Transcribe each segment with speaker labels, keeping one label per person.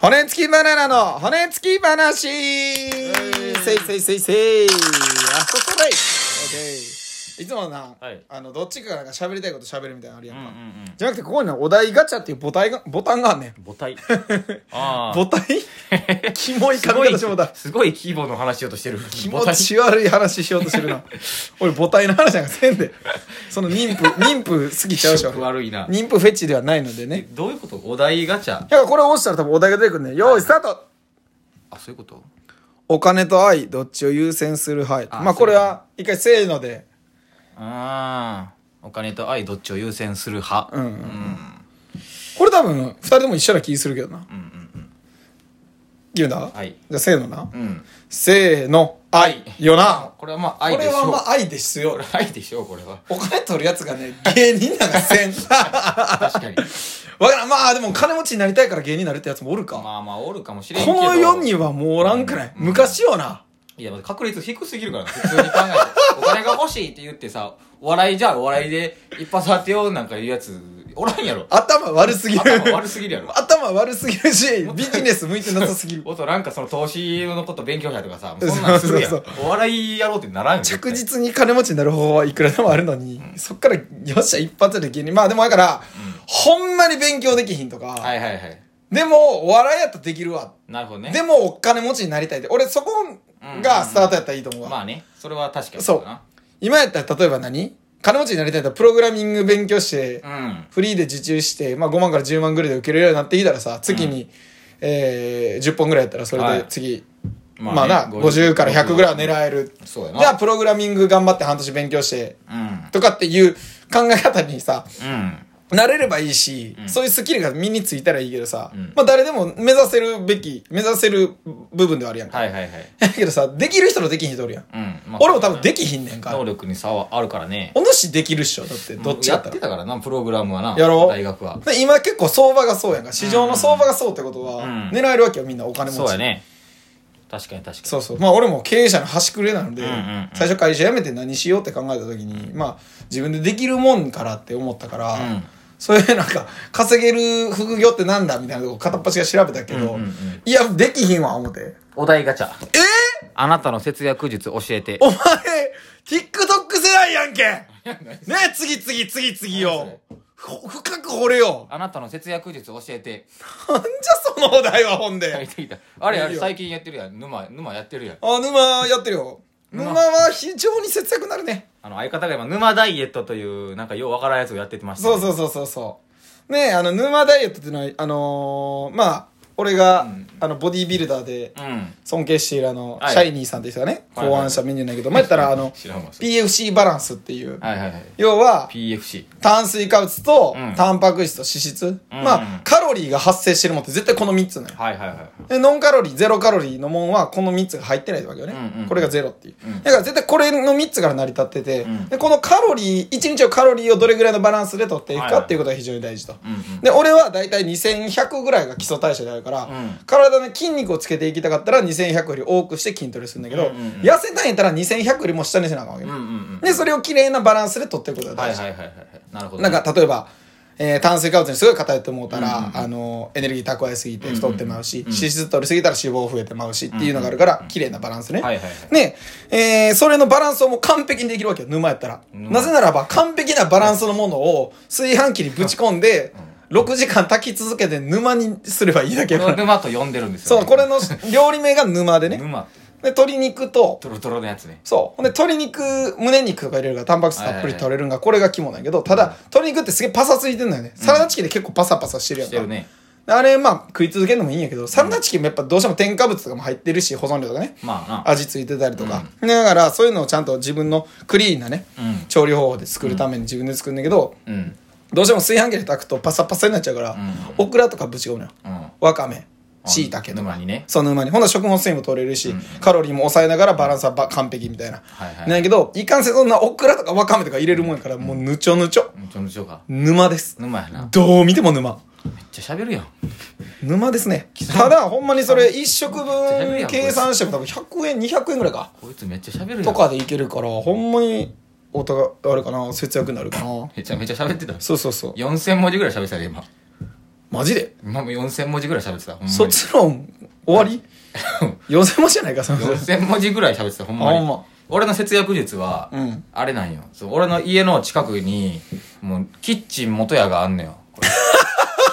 Speaker 1: 骨付きバナナの骨付き話
Speaker 2: ー
Speaker 1: せいせいせいせいあそこらいオッケーいつもな、
Speaker 2: はい
Speaker 1: あのどっちかが喋りたいこと喋るみたいなのあるやんか、
Speaker 2: ん
Speaker 1: じゃなくてここになお題ガチャっていうボタンがボタンがあんねん
Speaker 2: 母体 あ
Speaker 1: ボタンキモい
Speaker 2: す
Speaker 1: 髪
Speaker 2: ごい
Speaker 1: 型してもうた
Speaker 2: すごい規模の話しようとしてる
Speaker 1: 気
Speaker 2: 母
Speaker 1: 持
Speaker 2: 体
Speaker 1: ち悪い話しようとしてる な俺母体の話なんかせんでその妊 婦妊婦好きちゃうし
Speaker 2: 気色
Speaker 1: 俺
Speaker 2: 悪いな
Speaker 1: 妊婦フェチではないのでね
Speaker 2: どういうことお題ガチャ
Speaker 1: だからこれを押したら多分お題が出てくるねよーいスタート
Speaker 2: あそういうこと
Speaker 1: お金と愛どっちを優先する派
Speaker 2: あ
Speaker 1: まあこれは一回せーので
Speaker 2: ああお金と愛どっちを優先する派
Speaker 1: うん、これ多分二人とも一緒な気するけどな
Speaker 2: うんうん
Speaker 1: 言うんだ、
Speaker 2: はい
Speaker 1: じゃあせーのな、
Speaker 2: うんうん
Speaker 1: せーの愛よな
Speaker 2: これはま
Speaker 1: こ
Speaker 2: あ愛で
Speaker 1: れ
Speaker 2: しょ
Speaker 1: は
Speaker 2: う
Speaker 1: まあ愛です
Speaker 2: こ
Speaker 1: よ
Speaker 2: れ 愛でしょうこれは
Speaker 1: お金取るやつがね芸人なんかせん
Speaker 2: 確 かに
Speaker 1: わからんまあでも金持ちになりたいから芸人になるってやつもおるか、
Speaker 2: まあまあおるかもしれんけ
Speaker 1: こ
Speaker 2: ど
Speaker 1: の世にはもうおらんくない、昔よない
Speaker 2: やまあ確率低すぎるからな普通に考えてお金が欲しいって言ってさお笑いじゃあお笑いで一発当てようなんか言うやつおらんやろ
Speaker 1: 頭悪すぎる
Speaker 2: 頭悪すぎるやろ
Speaker 1: 頭悪すぎるしビジネス向いてなさすぎる
Speaker 2: おとなんかその投資のこと勉強したりとかさ、もうそんなんするやん
Speaker 1: そう。
Speaker 2: お笑いやろうってならんよ。絶
Speaker 1: 着
Speaker 2: 対
Speaker 1: 実に金持ちになる方法はいくらでもあるのに、そっからよっしゃ一発で芸人まあでもだから、ほんまに勉強できひんとか、
Speaker 2: はいはいはい。
Speaker 1: でもお笑いやったらできるわ、
Speaker 2: なるほどね。
Speaker 1: でもお金持ちになりたいって俺そこがスタートやったらいいと思うわ、
Speaker 2: まあね、それは確かに
Speaker 1: そう
Speaker 2: だな。
Speaker 1: 今やったら例えば何金持ちになりたいんだったらプログラミング勉強して、
Speaker 2: うん。
Speaker 1: フリーで受注して、まあ、5万から10万ぐらいで受けれるようになってきたらさ月に、えー10本ぐらいやったらそれで次、まあ
Speaker 2: ね
Speaker 1: な50から100ぐらいは狙える
Speaker 2: そうやな。
Speaker 1: じゃあプログラミング頑張って半年勉強して
Speaker 2: うん。
Speaker 1: とかっていう考え方にさ
Speaker 2: うん。
Speaker 1: なれればいいし、そういうスキルが身についたらいいけどさ、
Speaker 2: うん
Speaker 1: まあ誰でも目指せるべき目指せる部分ではあるやんか、
Speaker 2: はいはいはい。
Speaker 1: だけどさできる人のできひん人おるやん、
Speaker 2: うん。まあ
Speaker 1: 俺も多分できひんねんか
Speaker 2: 能力に差はあるからね。
Speaker 1: お主できるっしょだってどっち
Speaker 2: や
Speaker 1: や
Speaker 2: っ
Speaker 1: ったら
Speaker 2: てたからな、プログラムはな。
Speaker 1: やろう
Speaker 2: 大学は。
Speaker 1: で今結構相場がそうやんか市場の相場がそうってことは、
Speaker 2: うん
Speaker 1: 狙えるわけよみんなお金持ち
Speaker 2: そうやね。確かに確かに。
Speaker 1: そうそうまあ俺も経営者の端くれなので、
Speaker 2: うんうんうん
Speaker 1: 最初会社辞めて何しようって考えた時にまあ自分でできるもんからって思ったから、
Speaker 2: うん
Speaker 1: そういうなんか稼げる副業ってなんだみたいなとこ片っ端が調べたけど、
Speaker 2: うんうんうん
Speaker 1: いやできひんわ思って
Speaker 2: お題ガチャ。
Speaker 1: えー、
Speaker 2: あなたの節約術教えて。
Speaker 1: お前 TikTok 世代やんけね次次次次
Speaker 2: 何
Speaker 1: よほ深く掘れよ
Speaker 2: あなたの節約術教えて。
Speaker 1: なんじゃそのお題はほんで、
Speaker 2: 入ってきた。あれ
Speaker 1: い
Speaker 2: あ
Speaker 1: い
Speaker 2: れ
Speaker 1: よ
Speaker 2: 最近やってるやん。沼、沼やってるやん。
Speaker 1: あ、沼やってるよ。沼
Speaker 2: 沼
Speaker 1: は非常に節約になるね。
Speaker 2: あの、相方が今、沼ダイエットという、なんかようわからんやつをやっててました、
Speaker 1: そうそう
Speaker 2: う。
Speaker 1: そうそうそう。ねえあの、沼ダイエットっていうのは、あのーまあ、俺が、
Speaker 2: うん
Speaker 1: あの、ボディービルダーで
Speaker 2: うん。
Speaker 1: 尊敬しているあの、
Speaker 2: はい
Speaker 1: シャイニーさんっていう人がね、
Speaker 2: はいはい
Speaker 1: 考案したメニューなんやけど、前やったらあの、
Speaker 2: 知らんわ。それ
Speaker 1: PFC バランスっていう、
Speaker 2: はいはいはい。
Speaker 1: 要は、
Speaker 2: PFC。
Speaker 1: 炭水化物と
Speaker 2: うん、
Speaker 1: タンパク質と脂質。
Speaker 2: うん
Speaker 1: まあ、カロリーが発生してるもんって絶対この3つなのよ。
Speaker 2: はいはいはい。
Speaker 1: でノンカロリー、ゼロカロリーのもんは、この3つが入ってないわけよね。
Speaker 2: うんうん
Speaker 1: これがゼロっていう。
Speaker 2: うん
Speaker 1: だから絶対これの3つから成り立ってて、
Speaker 2: うん
Speaker 1: で、このカロリー、1日のカロリーをどれぐらいのバランスで取っていく
Speaker 2: はいは
Speaker 1: か
Speaker 2: い
Speaker 1: っていうことが非常に大事と。
Speaker 2: うんうん。
Speaker 1: で、俺はだいたい2100ぐらいが基礎代謝であるから、
Speaker 2: うん
Speaker 1: 体の筋肉をつけていきたかったら2100より多くして筋トレするんだけど、
Speaker 2: うんうんうん
Speaker 1: 痩せたいんやったら2100よりも下にせなあかんわけ
Speaker 2: うん
Speaker 1: ね、
Speaker 2: うんうん。
Speaker 1: で、それを綺麗なバランスで取っていくことが
Speaker 2: はい
Speaker 1: 大
Speaker 2: はい
Speaker 1: 事。
Speaker 2: はいはいはい。なるほど。
Speaker 1: なん、か例えば、えー炭水化物にすごい偏ってもうたら、
Speaker 2: うんうんうん
Speaker 1: あのエネルギー蓄えすぎて太ってまうし、
Speaker 2: んうん
Speaker 1: 脂質取りすぎたら脂肪増えてまうしっていうのがあるから、綺麗なバランスね。
Speaker 2: はいはいはい
Speaker 1: ね、えーそれのバランスをもう完璧にできるわけよ沼やったら、
Speaker 2: 沼
Speaker 1: なぜならば完璧なバランスのものを炊飯器にぶち込んで、6時間炊き続けて沼にすればいいだけ
Speaker 2: こ
Speaker 1: や
Speaker 2: れ
Speaker 1: か
Speaker 2: を
Speaker 1: ら。
Speaker 2: 沼と呼んでるんですよ、
Speaker 1: そう、これの料理名が沼でね。
Speaker 2: 沼。
Speaker 1: で、鶏肉と、
Speaker 2: トロトロのやつね。
Speaker 1: そう。ほんで、鶏肉、胸肉とか入れるから、タンパク質たっぷり取れるんが、これが肝なんやけど、ただ、鶏肉ってすげえパサついてんだよね。サラダチキンで結構パサパサしてるや
Speaker 2: し
Speaker 1: ん
Speaker 2: て
Speaker 1: か。
Speaker 2: るね。
Speaker 1: であれ、まあ、食い続けるのもいいんやけど、サラダチキンもやっぱどうしても添加物とかも入ってるし、保存料とかね。
Speaker 2: まあ
Speaker 1: 味ついてたりとか。だから、そういうのをちゃんと自分のクリーンなね、
Speaker 2: うん
Speaker 1: 調理方法で作るために自分で作るんだけど、
Speaker 2: な。うん。
Speaker 1: どうしても炊飯器で炊くとパサパサになっちゃうから、オクラとかぶち込むのよ。
Speaker 2: うん。
Speaker 1: わかめ、椎茸とか。
Speaker 2: 沼にね。
Speaker 1: その馬に。ほんなら食物繊維も取れるし、カロリーも抑えながらバランスはば完璧みたいな。
Speaker 2: はいはい
Speaker 1: なんやけど、いかんせんそんなオクラとかワカメとか入れるもんやから、もうぬちょぬちょ。
Speaker 2: うんちょんちょか。
Speaker 1: 沼です。
Speaker 2: 沼やな。
Speaker 1: どう見ても沼。
Speaker 2: めっちゃ喋るやん。
Speaker 1: 沼ですね。ただ、ほんまにそれ1食
Speaker 2: ゃやる
Speaker 1: 分
Speaker 2: やん
Speaker 1: 計算しても多分100円、200円ぐらいか。
Speaker 2: こいつめっちゃ喋るやん。
Speaker 1: とかでいけるから、ほんまに、お互い、あれかな、節約になるかな。
Speaker 2: めちゃめちゃ喋ってた。
Speaker 1: そうそうそう。
Speaker 2: 4000文字ぐらい喋ってたで、今。
Speaker 1: マジで
Speaker 2: まあ、4000文字ぐらい喋ってた。ほんまに
Speaker 1: 卒論終わり ?4000 文字じゃないか、その。
Speaker 2: 4000文字ぐらい喋ってた、ほん
Speaker 1: あ
Speaker 2: ま
Speaker 1: ほん
Speaker 2: に
Speaker 1: ま。
Speaker 2: 俺の節約術は、
Speaker 1: うん
Speaker 2: あれなんよ。そう俺の家の近くに、もう、キッチン元屋があんのよ。こ れ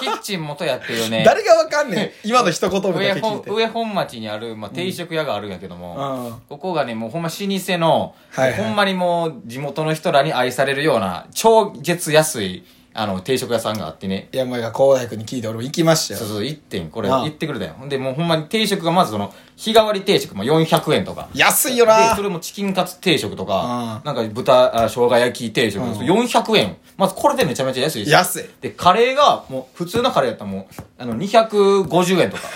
Speaker 2: キッチン元屋っていうね、
Speaker 1: 誰がわかんねん。今の一言目だけ
Speaker 2: 上
Speaker 1: 聞い
Speaker 2: 本
Speaker 1: て。
Speaker 2: 上本町にある、まあ、定食屋があるんやけども、
Speaker 1: うん
Speaker 2: ここがね、もうほんま老舗の、
Speaker 1: はいはい
Speaker 2: ほんまにもう地元の人らに愛されるような、超絶安い、あの、定食屋さんがあってね。
Speaker 1: いや、前が高大君に聞いて俺も行きました
Speaker 2: そう
Speaker 1: よ。
Speaker 2: そう、1点、これ、
Speaker 1: ああ
Speaker 2: 行ってくれたよ。ほんで、もうほんまに定食がまずその、日替わり定食、まあ、400円とか。
Speaker 1: 安いよ
Speaker 2: で
Speaker 1: な
Speaker 2: そ。れもチキンカツ定食とか
Speaker 1: う、ん
Speaker 2: なんか豚、あ生姜焼き定食、
Speaker 1: うん
Speaker 2: 400円。まずこれでめちゃめちゃ安いし
Speaker 1: 安い。
Speaker 2: で、カレーが、もう、普通のカレーやったらもう、あの、250円とか。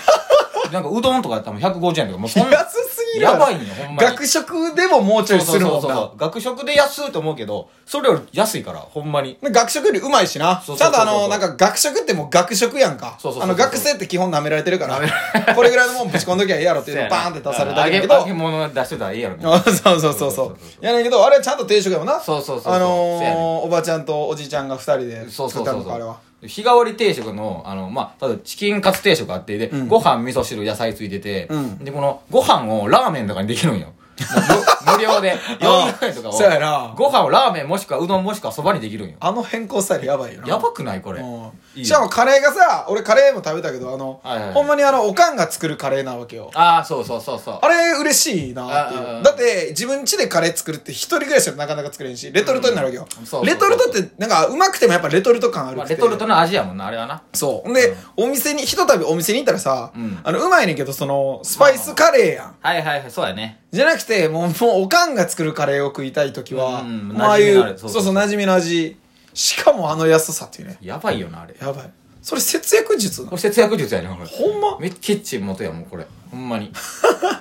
Speaker 2: なんか、うどんとかやったらもう150円とか、もうそんな
Speaker 1: 安すぎる
Speaker 2: やばいんよ、ほんまに。
Speaker 1: 学食でももうちょいするもん
Speaker 2: そうそうそう
Speaker 1: な
Speaker 2: そう。学食で安いと思うけど、それより安いから、ほんまに。
Speaker 1: 学食よりうまいしな。ち
Speaker 2: そ
Speaker 1: ゃ
Speaker 2: うそ
Speaker 1: ん
Speaker 2: うそう
Speaker 1: と
Speaker 2: そう
Speaker 1: あの、なんか学食ってもう学食やんか
Speaker 2: そう。そう
Speaker 1: あ
Speaker 2: そうそう
Speaker 1: の、学生って基本舐められてるから、これぐらいのもんぶち込んどきゃええやろっていうのをバーンって出されただけ
Speaker 2: 揚
Speaker 1: や
Speaker 2: げ
Speaker 1: け
Speaker 2: 揚げ
Speaker 1: ど、
Speaker 2: 物出してたらええやろみたいな。
Speaker 1: あそうそうそうそう。やねんけど、あれはちゃんと定食やもんな。
Speaker 2: そうそうそうそう
Speaker 1: あ
Speaker 2: そうやね
Speaker 1: のー、おばちゃんとおじいちゃんが二人で
Speaker 2: そう
Speaker 1: 作
Speaker 2: そ
Speaker 1: っ
Speaker 2: う
Speaker 1: た
Speaker 2: そ
Speaker 1: の
Speaker 2: う
Speaker 1: か、あれは。
Speaker 2: そう。日替わり定食の、あの、まあ、ただチキンカツ定食あって、で、ご飯、味噌汁、野菜ついてて、
Speaker 1: ん
Speaker 2: で、この、ご飯をラーメンとかにできるんよ。もう無 無料で、400円とかを。
Speaker 1: そうやな
Speaker 2: ご飯をラーメンもしくはうどんもしくはそばにできるんよ。
Speaker 1: あの変更スタイルやばいよな。
Speaker 2: やばくないこれ。いい
Speaker 1: うん
Speaker 2: よ
Speaker 1: しかもカレーがさ、俺カレーも食べたけど、あの
Speaker 2: はいはいは、い
Speaker 1: ほんまにあの、おかんが作るカレーなわけよ。
Speaker 2: ああ、そうそうそうそう。
Speaker 1: あれ嬉しいなって
Speaker 2: ああ
Speaker 1: い
Speaker 2: あ
Speaker 1: う。だって、自分家でカレー作るって一人暮らしでもなかなか作れんし、レトルトになるわけよ
Speaker 2: うんそうそうそ。う
Speaker 1: レトルトって、なんか、うまくてもやっぱレトルト感ある
Speaker 2: まあ
Speaker 1: く
Speaker 2: レ
Speaker 1: て
Speaker 2: トルトの味やもんな、あれはな。
Speaker 1: そう。ほんで、お店に、ひとたびお店に行ったらさ
Speaker 2: ん、
Speaker 1: あの、うまいねんけど、その、スパイスカレーやん。
Speaker 2: はいはいはい、そうやね。
Speaker 1: じゃなくて、もう、もう、おかんが作るカレーを食いたいときは、
Speaker 2: うん
Speaker 1: もうああい
Speaker 2: 馴染みのあ
Speaker 1: う、
Speaker 2: るそ
Speaker 1: そうう
Speaker 2: そう
Speaker 1: そう、馴染みの味。しかもあの安さっていうね。
Speaker 2: やばいよな、あれ。
Speaker 1: やばい。それ節約術なの
Speaker 2: これ節約術やね、これ。
Speaker 1: ほんま
Speaker 2: めっキッチン元やもん、これ。ほんま に。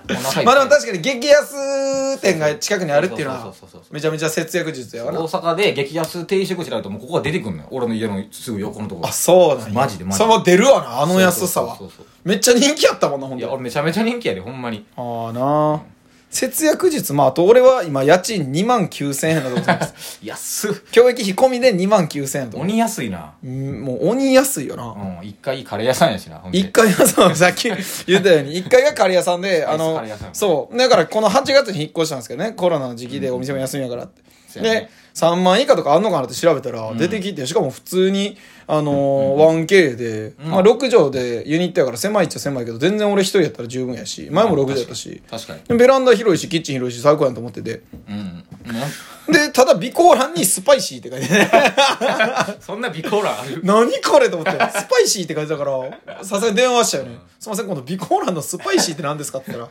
Speaker 2: お腹いっぱい
Speaker 1: まあでも確かに激安店が近くにあるっていうの
Speaker 2: そう
Speaker 1: は
Speaker 2: そうそうそうそう
Speaker 1: めちゃめちゃ節約術やわな
Speaker 2: 大阪で激安定食調べるともうここが出てくんのよ俺の家のすぐ横のところ
Speaker 1: あそうなんや
Speaker 2: マジでマジで
Speaker 1: それも出るわなあの安さは
Speaker 2: そうそうそうそ
Speaker 1: めっちゃ人気やったもんなほん
Speaker 2: いや
Speaker 1: と
Speaker 2: 俺めちゃめちゃ人気やでほんまに
Speaker 1: ああなあ節約術まああと俺は今家賃2万9000円だと思います
Speaker 2: 安っ
Speaker 1: 教育費込みで2万9000円だと思う
Speaker 2: 鬼安いな
Speaker 1: うんもう鬼安いよ
Speaker 2: う
Speaker 1: な、
Speaker 2: ん一回カレー屋さんやしなほんで
Speaker 1: 一階がさ、さっき言ったように、一階がカレー屋さん で、あ
Speaker 2: カ
Speaker 1: の
Speaker 2: レー屋さん、
Speaker 1: そう。だからこの8月に引っ越したんですけどね、コロナの時期でお店も休みやからって。
Speaker 2: そうやね
Speaker 1: で、3万以下とかあんのかなって調べたら、出てきて、しかも普通に、あのー、1K で、まあ6畳でユニットやから狭いっちゃ狭いけど、全然俺一人やったら十分やし、前も6畳やったし、
Speaker 2: 確かに
Speaker 1: でベランダ広いし、キッチン広いし、最高やんと思ってて。
Speaker 2: うんうんなん
Speaker 1: で、ただ、備考欄にスパイシーって書いてね。
Speaker 2: そんな微考欄ある
Speaker 1: 何これと思って、スパイシーって書いてたから、さすがに電話したよね。すいません、この備考欄のスパイシーって何ですかって言った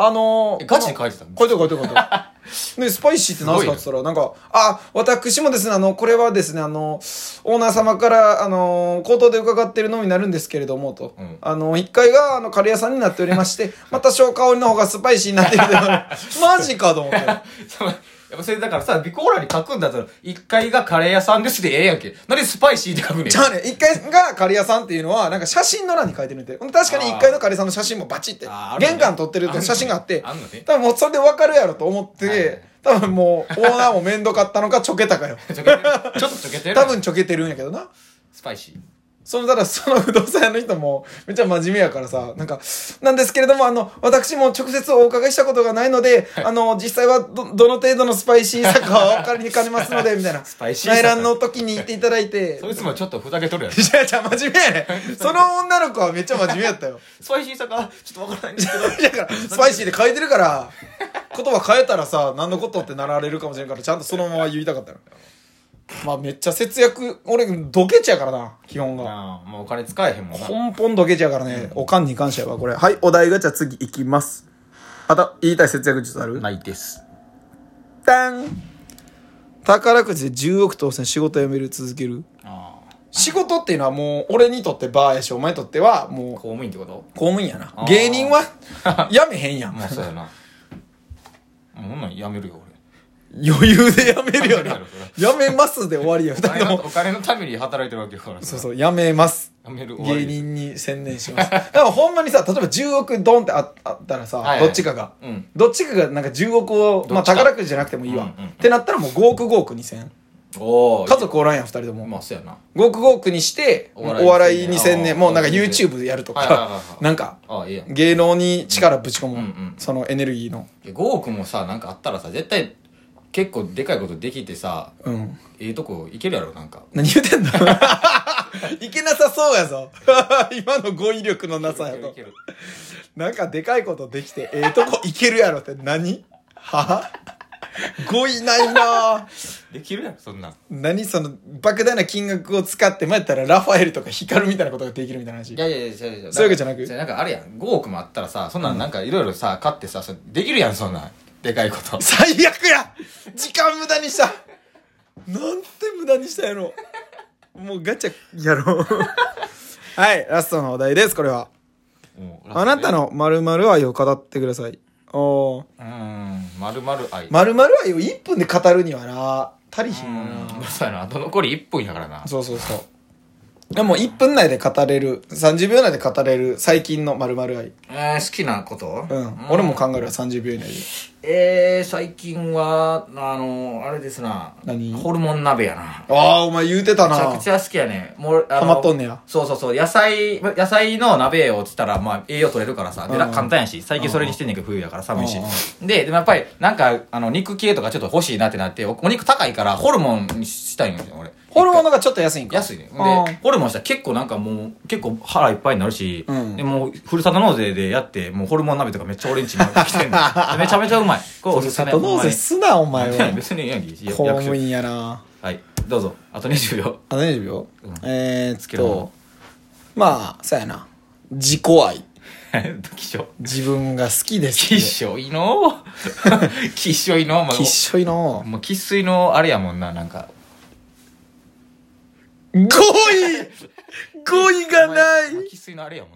Speaker 1: ら、あのー、
Speaker 2: えガチで書いてたの
Speaker 1: 書いてた書いて た書いてた。で、スパイシーって何ですかって言ったら、なんか、あ、私もですね、あの、これはですね、あの、オーナー様から、あの、口頭で伺ってるのになるんですけれども、と。
Speaker 2: うん
Speaker 1: あの、1階が、あの、カレー屋さんになっておりまして、また小香りの方がスパイシーになってるという マジかと思って。
Speaker 2: そうやっぱそれだからさ微考欄に書くんだったら一回がカレー屋さんですでええやんけなんでスパイシーって書くねん
Speaker 1: じゃあね、1階がカレー屋さんっていうのは、なんか写真の欄に書いてるんで、確かに1階のカレー屋さんの写真もバチって
Speaker 2: あーあ、るね
Speaker 1: 玄関撮ってると写真があって
Speaker 2: あんのね、
Speaker 1: 多分もうそれで分かるやろと思っ
Speaker 2: はい
Speaker 1: て、多分もうオーナーも面倒かったのかちょけたかよ。
Speaker 2: ちょけてるちょっとちょけてる
Speaker 1: 多分ちょけてるんやけどな。
Speaker 2: スパイシー
Speaker 1: その、ただその不動産屋の人もめっちゃ真面目やからさ、なんか、なんですけれども、あの、私も直接お伺いしたことがないので、あの、実際はど、どの程度のスパイシーさかはお借りにかねますので、みたいな。
Speaker 2: スパイシーさ
Speaker 1: 内覧の時に行っていただいて。
Speaker 2: そいつもちょっとふざけとるや ろ
Speaker 1: いや、じゃあ真面目やねん。その女の子はめっちゃ真面目やったよ。
Speaker 2: スパイシーさがちょっとわからないんですけど
Speaker 1: だから、スパイシーで書いてるから、言葉変えたらさ、何のことってなられるかもしれんから、ちゃんとそのまま言いたかったの。まあめっちゃ節約、俺、ドケチやからな、基本が。
Speaker 2: なあもうお金使えへんもんな
Speaker 1: 根本ドケチやからね、おかんに感謝やわ、これ。はい、お題ガチャ次いきます。また、言いたい節約術ある
Speaker 2: ないです
Speaker 1: ダン宝くじで10億当選仕事辞める続ける
Speaker 2: ああ
Speaker 1: 仕事っていうのはもう俺にとってバーやしお前にとってはもう
Speaker 2: 公務員ってこと
Speaker 1: 公務員やな
Speaker 2: あー
Speaker 1: 芸人 はやめへんやん
Speaker 2: まあそうやな。もうほんなんやめるよ、
Speaker 1: 余裕でやめるよな
Speaker 2: そ
Speaker 1: やめますで終わりや
Speaker 2: 俺。お
Speaker 1: 2
Speaker 2: 金
Speaker 1: 人
Speaker 2: の
Speaker 1: とも
Speaker 2: お金のために働いてるわけだから
Speaker 1: そう
Speaker 2: さ。
Speaker 1: そうやめます
Speaker 2: やめる終わ
Speaker 1: 芸
Speaker 2: り。。
Speaker 1: 人に専念しますだからほんまにさ例えば10億ドンってああったらさ、
Speaker 2: はいはい
Speaker 1: どっちかが、
Speaker 2: うん
Speaker 1: どっちかがなんか10億を、まあ、
Speaker 2: どっちか
Speaker 1: 宝くじじゃなくてもいいわ、
Speaker 2: うんうん
Speaker 1: ってなったらもう5億5億2000
Speaker 2: おー
Speaker 1: 家族おらんやん2人とも
Speaker 2: まあそうやな
Speaker 1: ごくごくにして
Speaker 2: お
Speaker 1: お
Speaker 2: 笑い
Speaker 1: 笑い
Speaker 2: 2000
Speaker 1: 2000
Speaker 2: 年
Speaker 1: 年もうなんか
Speaker 2: あー
Speaker 1: YouTube でやると
Speaker 2: はいはいはいは
Speaker 1: か
Speaker 2: い
Speaker 1: なんか
Speaker 2: ああいいやん
Speaker 1: 芸能に力ぶち込む、
Speaker 2: うんうん
Speaker 1: そのエネルギーの
Speaker 2: 5億もさなんかあったらさ絶対結構でかいことできてさ
Speaker 1: うん
Speaker 2: ええとこいけるやろなんか
Speaker 1: 何言うてんの いけなさそうやぞ 今の語彙力のなさや
Speaker 2: い
Speaker 1: と
Speaker 2: けるいける
Speaker 1: なんかでかいことできてええとこいけるやろって何は語彙ないなぁ
Speaker 2: できるやろそんなん
Speaker 1: 何その莫大な金額を使ってまあやったらラファエルとかヒカルみたいなことができるみたいな話
Speaker 2: いやいやいや違う違う
Speaker 1: そういうわけじゃなく
Speaker 2: 違うなんかあれやん5億もあったらさそんなんなんかいろいろさ買ってさそれできるやんそんなんでかいこと
Speaker 1: 最悪や時間無駄にしたなんて無駄にしたやろもうガチャやろうはいラストのお題ですこれは
Speaker 2: もう
Speaker 1: あなたの〇〇愛を語ってくださいお
Speaker 2: うーんまるまる愛
Speaker 1: 〇〇愛を1分で語るにはな足り
Speaker 2: う
Speaker 1: ひんよな
Speaker 2: ーんそうやなあと残り1分やからな
Speaker 1: そうそうそうでも1分内で語れる30秒内で語れる最近の〇〇愛
Speaker 2: えー、好きなこと
Speaker 1: うん、俺も考えるわ30秒以内で
Speaker 2: えー、最近はあのあれですな
Speaker 1: 何
Speaker 2: ホルモン鍋やな
Speaker 1: ああお前言うてた
Speaker 2: めちゃ
Speaker 1: な
Speaker 2: くちゃ好きやねもうあの
Speaker 1: ハマっとんねや
Speaker 2: そうそうそう野菜野菜の鍋をつったらまあ栄養取れるからさでら
Speaker 1: うん
Speaker 2: 簡単やし最近それにしてんねんけど冬やから寒いし
Speaker 1: うん
Speaker 2: ででもやっぱりなんかあの肉系とかちょっと欲しいなってなっておお肉高いからホルモンにしたいんですよ俺
Speaker 1: ホルモンの方がちょっと安いんか
Speaker 2: 安いね
Speaker 1: あ
Speaker 2: で
Speaker 1: ー
Speaker 2: ホルモンしたら結構なんかもう結構腹いっぱいになるし、
Speaker 1: うん
Speaker 2: でもうふるさと納税でやってもうホルモン鍋とかめっちゃ俺んちに持ってきてん のめちゃめちゃうまいこれお
Speaker 1: ふ
Speaker 2: す
Speaker 1: る
Speaker 2: す
Speaker 1: さ
Speaker 2: め
Speaker 1: と納税すな、お
Speaker 2: ほんま
Speaker 1: 前
Speaker 2: に。
Speaker 1: は
Speaker 2: 別にええやんけ役
Speaker 1: 公務
Speaker 2: 所
Speaker 1: 員やな。
Speaker 2: はいどうぞあと20秒
Speaker 1: あ、大丈夫
Speaker 2: うん
Speaker 1: えー、
Speaker 2: つ
Speaker 1: っ
Speaker 2: けるも
Speaker 1: と、まあ、そうやな。自己愛。
Speaker 2: 気象
Speaker 1: 自分が好きです
Speaker 2: 気。象いの 気象いの
Speaker 1: きっしょいの。
Speaker 2: もう生粋のあれやもんななんか
Speaker 1: 語彙語彙がない
Speaker 2: 生粋のあれやもん